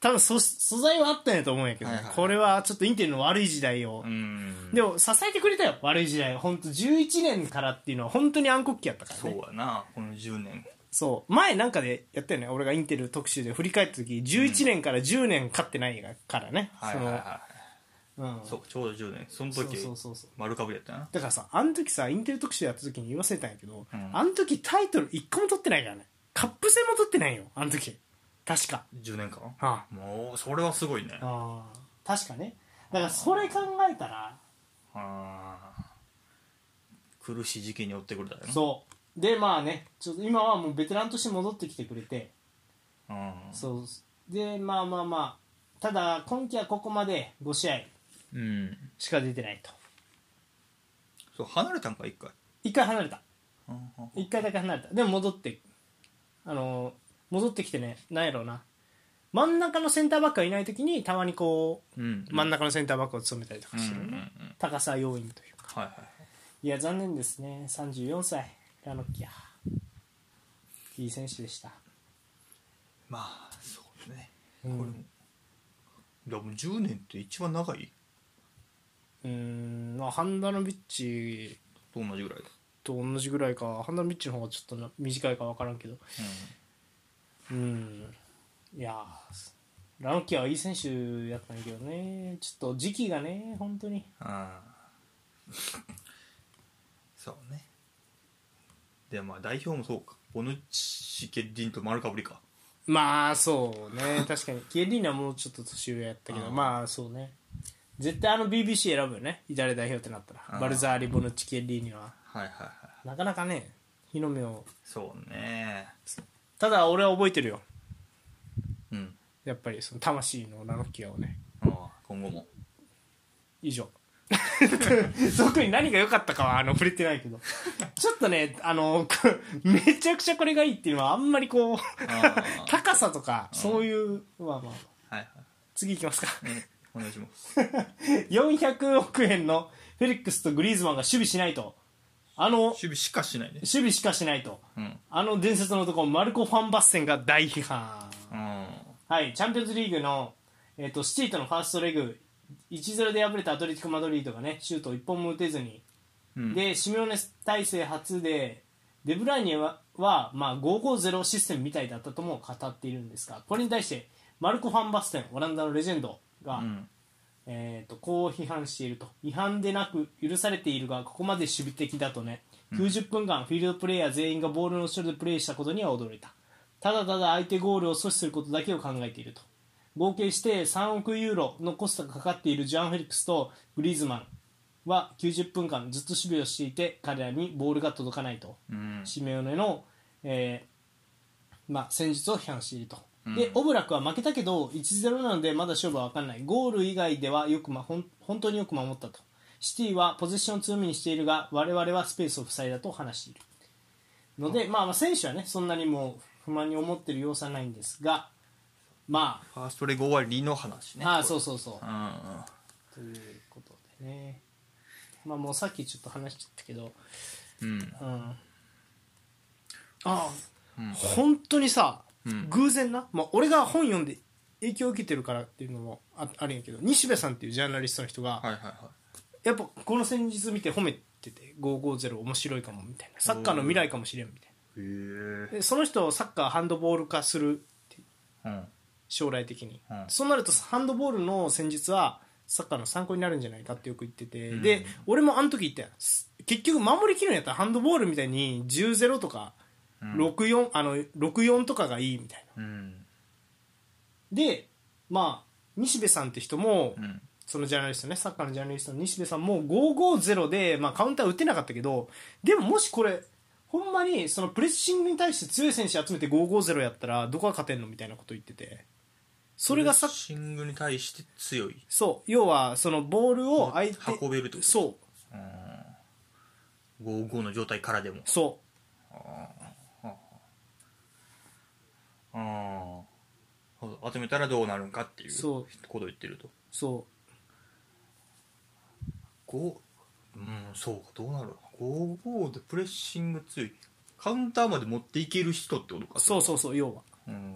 多分そ素材はあったんやと思うんやけどね、はいはいこれはちょっとインテルの悪い時代を、うんでも支えてくれたよ悪い時代本当11年からっていうのは本当に暗黒期やったからそうねやなこの10年そう前なんかでやったよね俺がインテル特集で振り返った時11年から10年勝ってないからね、はいそはいの、はうんいそうちょうど10年そのそう時そうそうそう丸かぶりやったなだからさあの時さインテル特集やった時に言わせたんやけど、うんあの時タイトル1個も取ってないからねカップ戦も取ってないよあの時確か10年間あもうそれはすごいねあ確かねだからそれ考えたらあー苦しい時期に追ってくれたよなそうでまあねちょっと今はもうベテランとして戻ってきてくれてうんそうでまあまあまあただ今季はここまで5試合うんしか出てないとそう離れたんか一回1回離れたうんうん1回だけ離れたでも戻ってあのー戻ってきてねなんやろうな真ん中のセンターバックがいない時にたまにこううん真ん中のセンターバックを務めたりとかうんしてうる、んうん高さ要因というかはいはいいや残念ですね34歳ラノッキアいい選手でしたまあそうねうこれんもでも10年って一番長いうーんまあハンダノビッチと同じぐらいだと同じぐらいかハンダノビッチの方がちょっとな短いか分からんけどうんいやーラノッキアはいい選手やったんやけどねちょっと時期がね本当にああそうねでまあ代表もそうかボヌッチケッディンと丸かぶりかまあそうね 確かにキエリーナもうちょっと年上やったけどあーまあそうね絶対あの BBC 選ぶよねイタリア代表ってなったあらーバルザーリボヌッチキエリーニははいはいはいなかなかね日の目をそうねただ俺は覚えてるようんやっぱりその魂のラノッキアをねああ今後も以上 特に何が良かったかはあの触れてないけどちょっとねあの こめちゃくちゃこれがいいっていうのはあんまりこうああ高さとかそういうまあまあはいはい次いきますかお願いします400億円のフェリックスとグリーズマンが守備しないとあの守備しかしないね守備しかしないとうんあの伝説の男マルコ・ファンバッセンが大批判うんはい、チャンピオンズリーグの、えー、とシティとのファーストレグ1-0で敗れたアトレティコ・マドリードがねシュートを1本も打てずに、うんでシミオネ体制初でデブライネはは、まあ、550システムみたいだったとも語っているんですがこれに対してマルコ・ファンバステンオランダのレジェンドが、うんえー、とこう批判していると違反でなく許されているがここまで守備的だとね90分間フィールドプレイヤー全員がボールの後ろでプレーしたことには驚いたただただ相手ゴールを阻止することだけを考えていると合計して3億ユーロのコストがかかっているジャン・フェリックスとグリーズマンは90分間ずっと守備をしていて彼らにボールが届かないとうんシメオネの、えーまあ、戦術を批判していると、んでオブラクは負けたけど1-0なのでまだ勝負は分からないゴール以外ではよく、ま、ほん本当によく守ったとシティはポゼッションを強みにしているが我々はスペースを塞いだと話しているので、まあ、まあ選手はねそんなにもう不満に思ってる様子はないんですがまファーストレグ終わりの話ねあ、ああそううそうそううんうんということでねまあもうさっきちょっと話しちゃったけどうんうんああ、うん本当にさ、うん偶然な、まあ、俺が本読んで影響を受けてるからっていうのもああるんやけど西部さんっていうジャーナリストの人が、はいはいはやっぱこの戦術見て褒めてて550面白いかもみたいなサッカーの未来かもしれんみたいいへえなでその人をサッカーハンドボール化するってうん将来的に、うんそうなるとハンドボールの戦術はサッカーの参考になるんじゃないかってよく言ってて、んで俺もあの時言ったよす結局守りきるんやったらハンドボールみたいに10-0とか64、あの64とかがいいみたいなうんでまあ西部さんって人も、うんそのジャーナリストねサッカーのジャーナリストの西部さんも550で、まあ、カウンター打てなかったけどでももしこれほんまにそのプレッシングに対して強い選手集めて550やったらどこが勝てんのみたいなこと言っててそれがさプレッシングに対して強いそう要はそのボールを相手運べるってことそうう55の状態からでもそああ集めたらどうなるんかっていうそうことを言ってるとそ五うんそうかどうなるのか55でプレッシング強いカウンターまで持っていける人ってことうかそううそうそう要はうん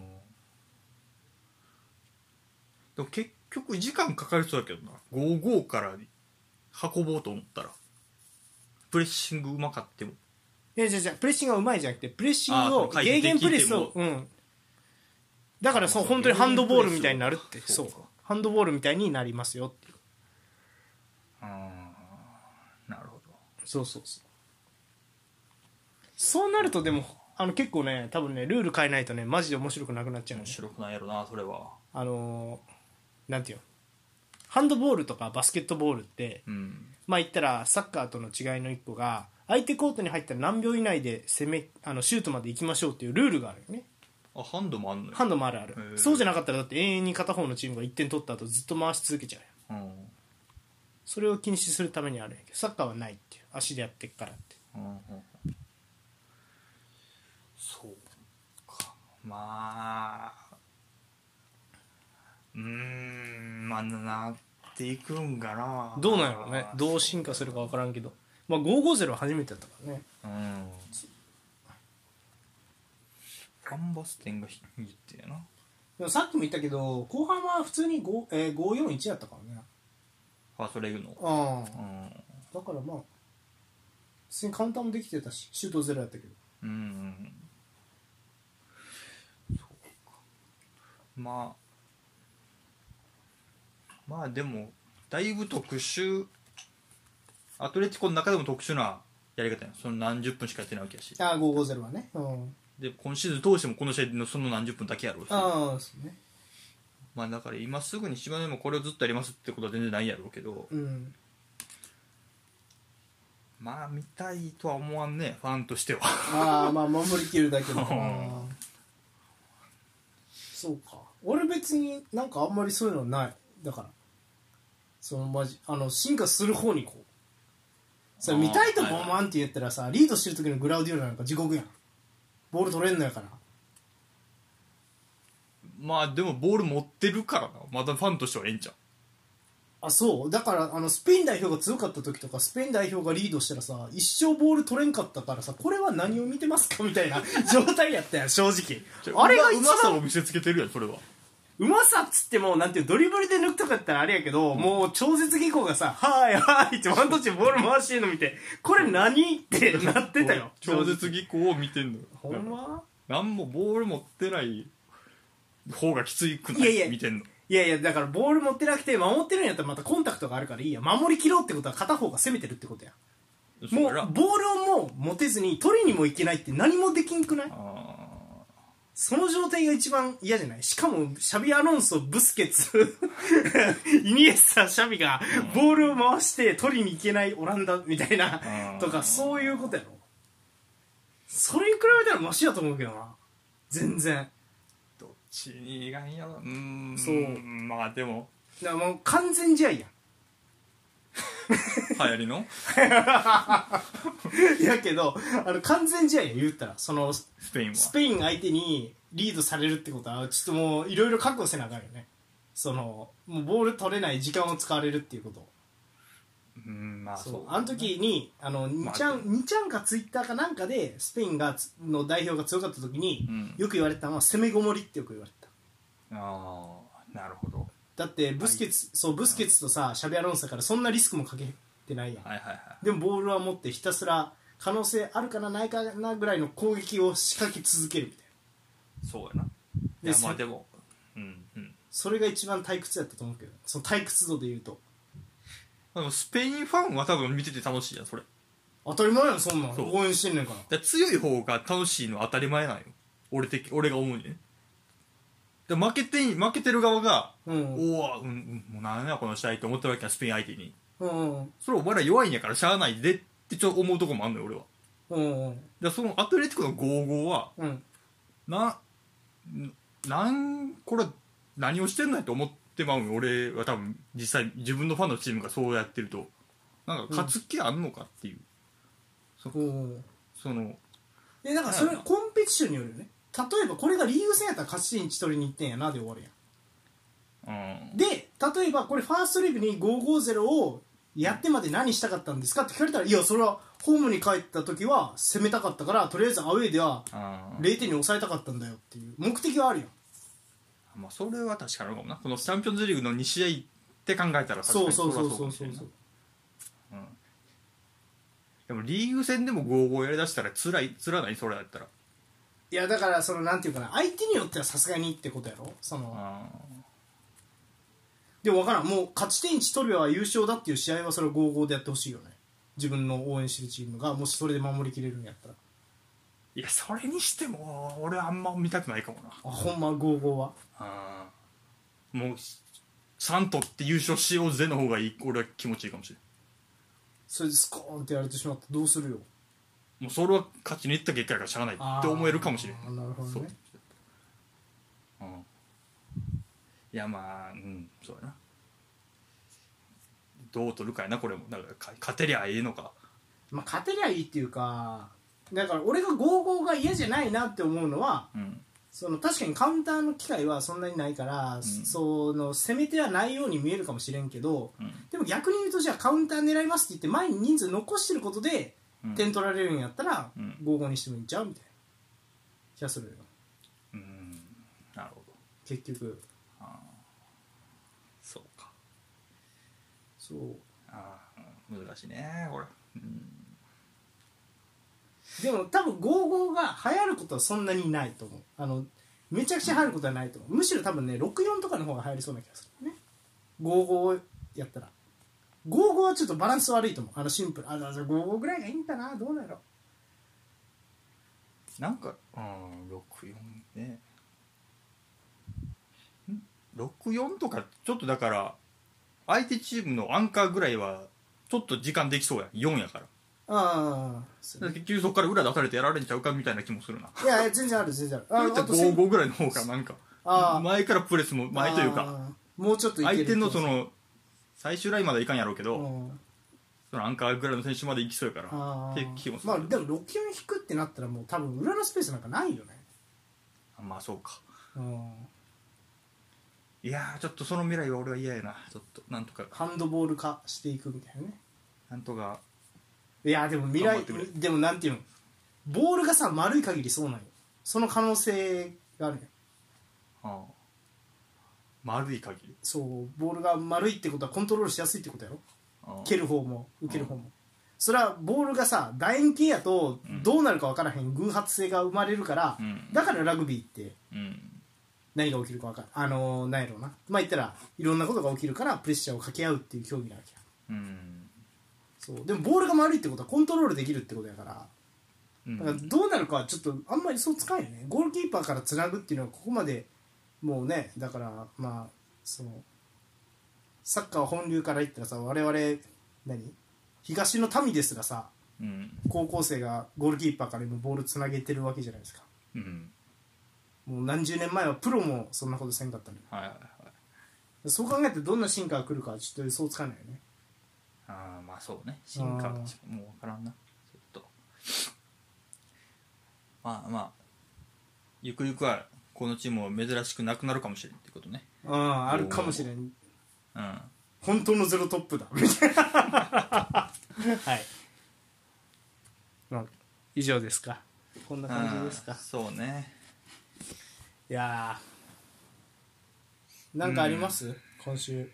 でも結局時間かかりそうだけどな55から運ぼうと思ったらプレッシングうまかってもいやじゃじゃプレッシングがうまいじゃなくてプレッシングあーそをう回ゲ転ーでゲンプレスきをてうんだからそうあー本当にハンドボールみたいになるってそそううかハンドボールみたいになりますよっていううんなるほどそうそうそうそうなるとでもあの結構ね多分ねルール変えないとねマジで面白くなくなっちゃうの面ね白くないやろなそれはあのーなんていうのハンドボールとかバスケットボールってうんまあ言ったらサッカーとの違いの一個が相手コートに入ったら何秒以内で攻めあのシュートまで行きましょうっていうルールがあるよねあハンドもあんのよハンドもあるあるへえそうじゃなかったらだって永遠に片方のチームが1点取った後ずっと回し続けちゃうようんそれを禁止するためにあるんやけどサッカーはないっていう足でやってっからってそうかまあうーんまあなっていくんかなどうなんやろうねどう進化するか分からんけど、まあ、550は初めてだったからねうんガンバス点が低いってやなでもさっきも言ったけど後半は普通に5、えー、541だったからねあそれ言うのああうんだからまあ普通にカウンターもできてたしシュートゼロやったけどうんうんそうかまあまあでもだいぶ特殊アトレティコの中でも特殊なやり方やんその何十分しかやってないわけやしああ550はねうんで今シーズン通してもこの試合のその何十分だけやろうしああそうねまあだから今すぐに島根もこれをずっとやりますってことは全然ないやろうけどうんまあ見たいとは思わんねファンとしては ああまあ守りきるだけのうんそうか俺別になんかあんまりそういうのないだからそのマジあの進化する方にこうさあー見たいとも思わんって言ったらさリードしてる時のグラウディオラなんか地獄やんボール取れんのやからまあでもボール持ってるからなまだファンとしてはええんちゃあそうだからあのスペイン代表が強かった時とかスペイン代表がリードしたらさ一生ボール取れんかったからさこれは何を見てますかみたいな状態やったやん正う直あれがう一まうまさ番を見せつけてるやんそれはうまさっつってもなんていうドリブルで抜くとかだったらあれやけど、もう超絶技巧がさ「はーいはーい」ってワントッチでボール回してるの見てこれ何ってなってたよ超絶技巧を見てんのよほんまなんもボール持ってない方がきついくないいやいや見てんのいやいやだからボール持ってなくて守ってるんやったらまたコンタクトがあるからいいや守りきろうってことは片方が攻めてるってことやもそボうーやなルをもう持てずに取りにもいけないって何もできんくないあその状態が一番嫌じゃないしかもシャビ・アロンソブスケツ イニエスタシャビがボールを回して取りに行けないオランダみたいなうんとかそういうことやろそれに比べたらマシだと思うけどな全然ーどっちにがんやろうーんそうまあでもだからもう完全試合やん 流行りのやけどあの完全試合や言ったらそのススペインはペイン相手にリードされるってことはちょっともういろいろ覚悟せなあかんよねそのもうボール取れない時間を使われるっていうことをうんまあそうそうあの時にあの2ちゃん、2ちゃんかツイッターかなんかでスペインがつの代表が強かった時に、うんよく言われたのは攻めごもりってよく言われたああなるほどだってブスケツ、そうブスケツとさシャビアロンソだからそんなリスクもかけてないやん、はいはいはいでもボールは持ってひたすら可能性あるかなないかなぐらいの攻撃を仕掛け続けるみたいなそうやなでいやまあそでもうんうんそれが一番退屈だったと思うけどその退屈度で言うとでもスペインファンは多分見てて楽しいやんそれ当たり前やんそんなんそう応援してんねんからだから強い方が楽しいのは当たり前なんよ俺的俺が思うにねで負けてん負けてる側が、うんおお、うんうん、もうなんやこの試合って思ってるわけやスペイン相手にうんうんそれお前ら弱いんやからしゃあないでってちょっと思うとこもあんのよ俺はうんうんでそのアトレティコの5-5はうんななんこれ何をしてんのやと思ってまうんよ俺は多分実際自分のファンのチームがそうやってるとなんか勝つ気あんのかっていう、うんうんそのでなんかそれコンペティションによるよね例えばこれがリーグ戦やったら勝ち点1取りに行ってんやなで終わるやんうんで例えばこれファーストリーグに550をやってまで何したかったんですかって聞かれたらいやそれはホームに帰った時は攻めたかったからとりあえずアウェーではうん0点に抑えたかったんだよっていう目的はあるやんまあそれは確かにあるかもなこのチャンピオンズリーグの2試合って考えたら確かそうにそうそうれはそかもうしそれうんなそうでもリーグ戦でも5-5やりだしたら辛い辛ないそれだったらいやだからそのなんていうかな相手によってはさすがにってことやろそのでも分からんもう勝ち点1取るは優勝だっていう試合はそれを5-5でやってほしいよね自分の応援してるチームがもしそれで守りきれるんやったらいやそれにしても俺あんま見たくないかもなあほんま5-5はあーもうサントって優勝しようぜの方がいい俺は気持ちいいかもしれんそれでスコーンってやられてしまったらどうするよもうそれは勝ちにいった結果やからしゃあないって思えるかもしれんあーなるほそどうねうんいやまあうんそうやなどう取るかやなこれもだからか勝てりゃいいのかまあ勝てりゃいいっていうかだから俺が5-5が嫌じゃないなって思うのはうんその確かにカウンターの機会はそんなにないから、その攻め手はないように見えるかもしれんけどうんでも逆に言うとじゃあカウンター狙いますって言って前に人数残してることでうん点取られるんやったらうん5-5にしてもいいんちゃうみたいな気がするようんなるほど結局そうかそうあー難しいねこれうんでも多分5-5が流行ることはそんなにないと思うあのめちゃくちゃ流行ることはないと思うむしろ多分ね6-4とかの方が流行りそうな気がするね5-5やったら5-5はちょっとバランス悪いと思うあのシンプルあじゃあ5-5ぐらいがいいんかなどうなんやろなんか、うん、64ね。ん64とか、ちょっとだから、相手チームのアンカーぐらいは、ちょっと時間できそうや。4やから。あだから結局そこから裏出されてやられんちゃうかみたいな気もするな。あいやいや全然ある全然あそういるっあたあとせん5、5ぐらいの方がなんか、あー前からプレスも、前というか、あーもうちょっといける相手のそ気がの、最終ラインまではいかんやろうけするど、うんそのアンカーぐらいの選手まで行きそうやから。あって気もすーるまあでも64引くってなったらもう多分裏のスペースなんかないよねまあそうか。うんいやー、ちょっとその未来は俺は嫌やな。ちょっと、なんとか、ハンドボール化していくみたいなねなんとか、いやでも未来頑張ってくでもなんていうのボールがさ丸い限りそうなんよその可能性があるようん丸い限り。そうボールが丸いってことはコントロールしやすいってことやろうん蹴る方も受ける方も、それはボールがさ楕円形やとどうなるか分からへん、偶発性が生まれるから、うんだからラグビーってうん何が起きるか分からんあのー、なんやろうなまあ言ったらいろんなことが起きるからプレッシャーをかけ合うっていう競技なわけやうんそうでもボールが丸いってことはコントロールできるってことやからうんだからどうなるかはちょっとあんまりそうつかんよねゴールキーパーからつなぐっていうのはここまでもうねだからまあそのサッカー本流から言ったらさ我々何東の民ですらさうん高校生がゴールキーパーから今ボールつなげてるわけじゃないですかうんもう何十年前はプロもそんなことせんかったのよはいはいはいそう考えてどんな進化が来るかはちょっと予想つかないよねああまあそうね進化あもーう分からんなちょっとまあまあゆくゆくはこのチームは珍しくなくなるかもしれんってことねうんあるかもしれんうん本当のゼロトップだみたいな はい、まあ、以上ですかこんな感じですあかーそうねいやーなんかあります、今週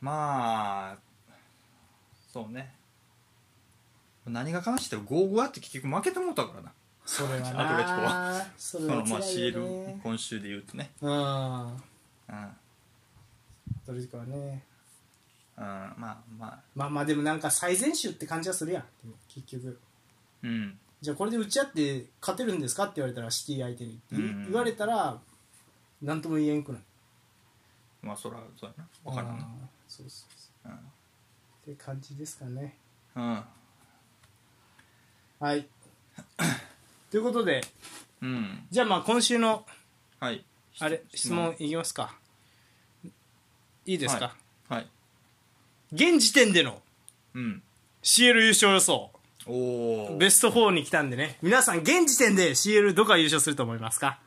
まあそうね何が悲しいって5-5やって結局負けてもうたからなそれ はアトレティコなそそれのはまあ辛いよ CL ね今週で言うとねうんアうんうんトレティコはねまあまあまあまあでもなんか最善手って感じはするやんでも結局うんじゃあこれで打ち合って勝てるんですかって言われたらシティ相手に、うん言われたら何とも言えんくないまあそらそうやな分からんなあーそうそうそう、って感じですかねうんはい ということでうんじゃあまあ今週のはいあれ質問いきますかいいですか、はい現時点でのうん CL 優勝予想おおベスト4に来たんでね皆さん現時点で CL どこが優勝すると思いますか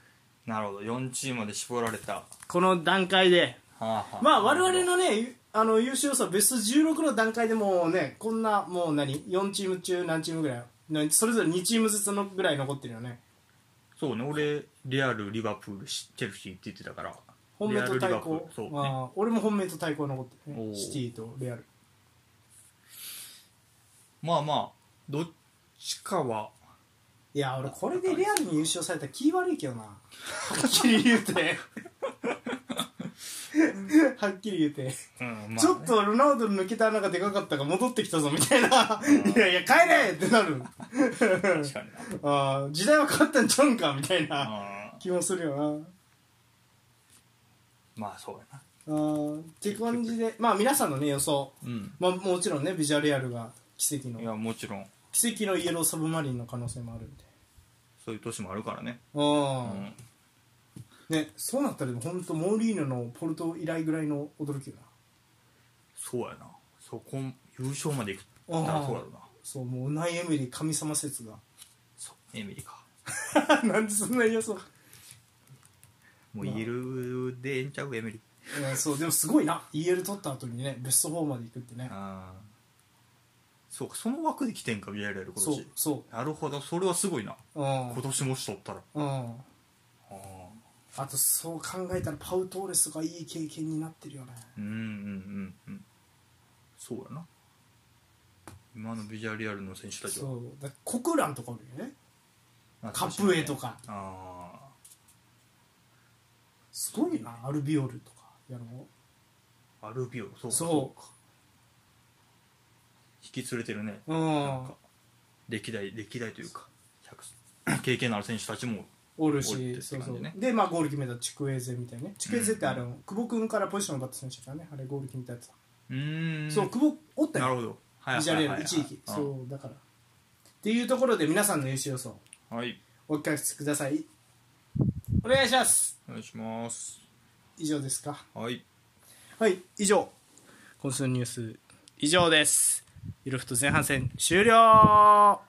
なるほど4チームまで絞られたはこの段階であ、はあ、まあ我々のねゆあの優勝予想ベスト16の段階でもうねこんなもう何4チーム中何チームぐらいなそれぞれ2チームずつのぐらい残ってるよねそうね俺レアルリバプールしチェルシーって言ってたから本命とレア対ルリバプー抗ル、そうねあー俺も本命と対抗残ってる、おね、ーシティとレアルまあまあどっちかはいや俺これでレアルに優勝されたら気悪い けどなはっきり言うて はっきり言うて、うんまあねちょっとロナウドの抜けた穴がでかかったから戻ってきたぞみたいないやいや帰れってなる確かになあー時代は変わったんちゃうんかみたいなあ気もするよなーまあそうやなあーって感じでまあ皆さんのね予想、うんまあ、もちろんねビジュアルレアルが奇跡のいやもちろん奇跡のイエローサブマリンの可能性もあるんでそういう年もあるからねううんんねそうなったらでも本当モーリーヌのポルト以来ぐらいの驚きよなそうやなそこ優勝までいくあーならそうやろなそうもうナイエミリ神様説が そうエミリかなんでそんな予想もうイエルでええんちゃうエミリいや そうでもすごいな EL 取った後にねベスト4まで行くってねああそうかその枠で来てんかビアレアル今そう年そなるほどそれはすごいなううん今年もしとったらうんあああとそう考えたらパウ・トーレスがいい経験になってるよねうんうんうんうんそうやな今のビジャレアルの選手たちはそうだコクランとかおるよね懐カかしいッねプエとかああすごいなアルビオルとかやろアルビオそうかそううか引き連れてるねうなんんか歴代歴代というか100経験のある選手たちもおるおるしってってそうそ感じうねでまあゴール決めたチクエーゼみたいなねチクエーゼってあれう久保君からポジション奪った選手だからねあれゴール決めたやつうーんそう久保おったなるよほどはビジャレアはルい一時期うんそうだからっていうところで皆さんの優勝予想はいお聞かせくださいお願いしますお願いします以上ですかはいはい以上今週のニュース以上ですゆるふと前半戦終了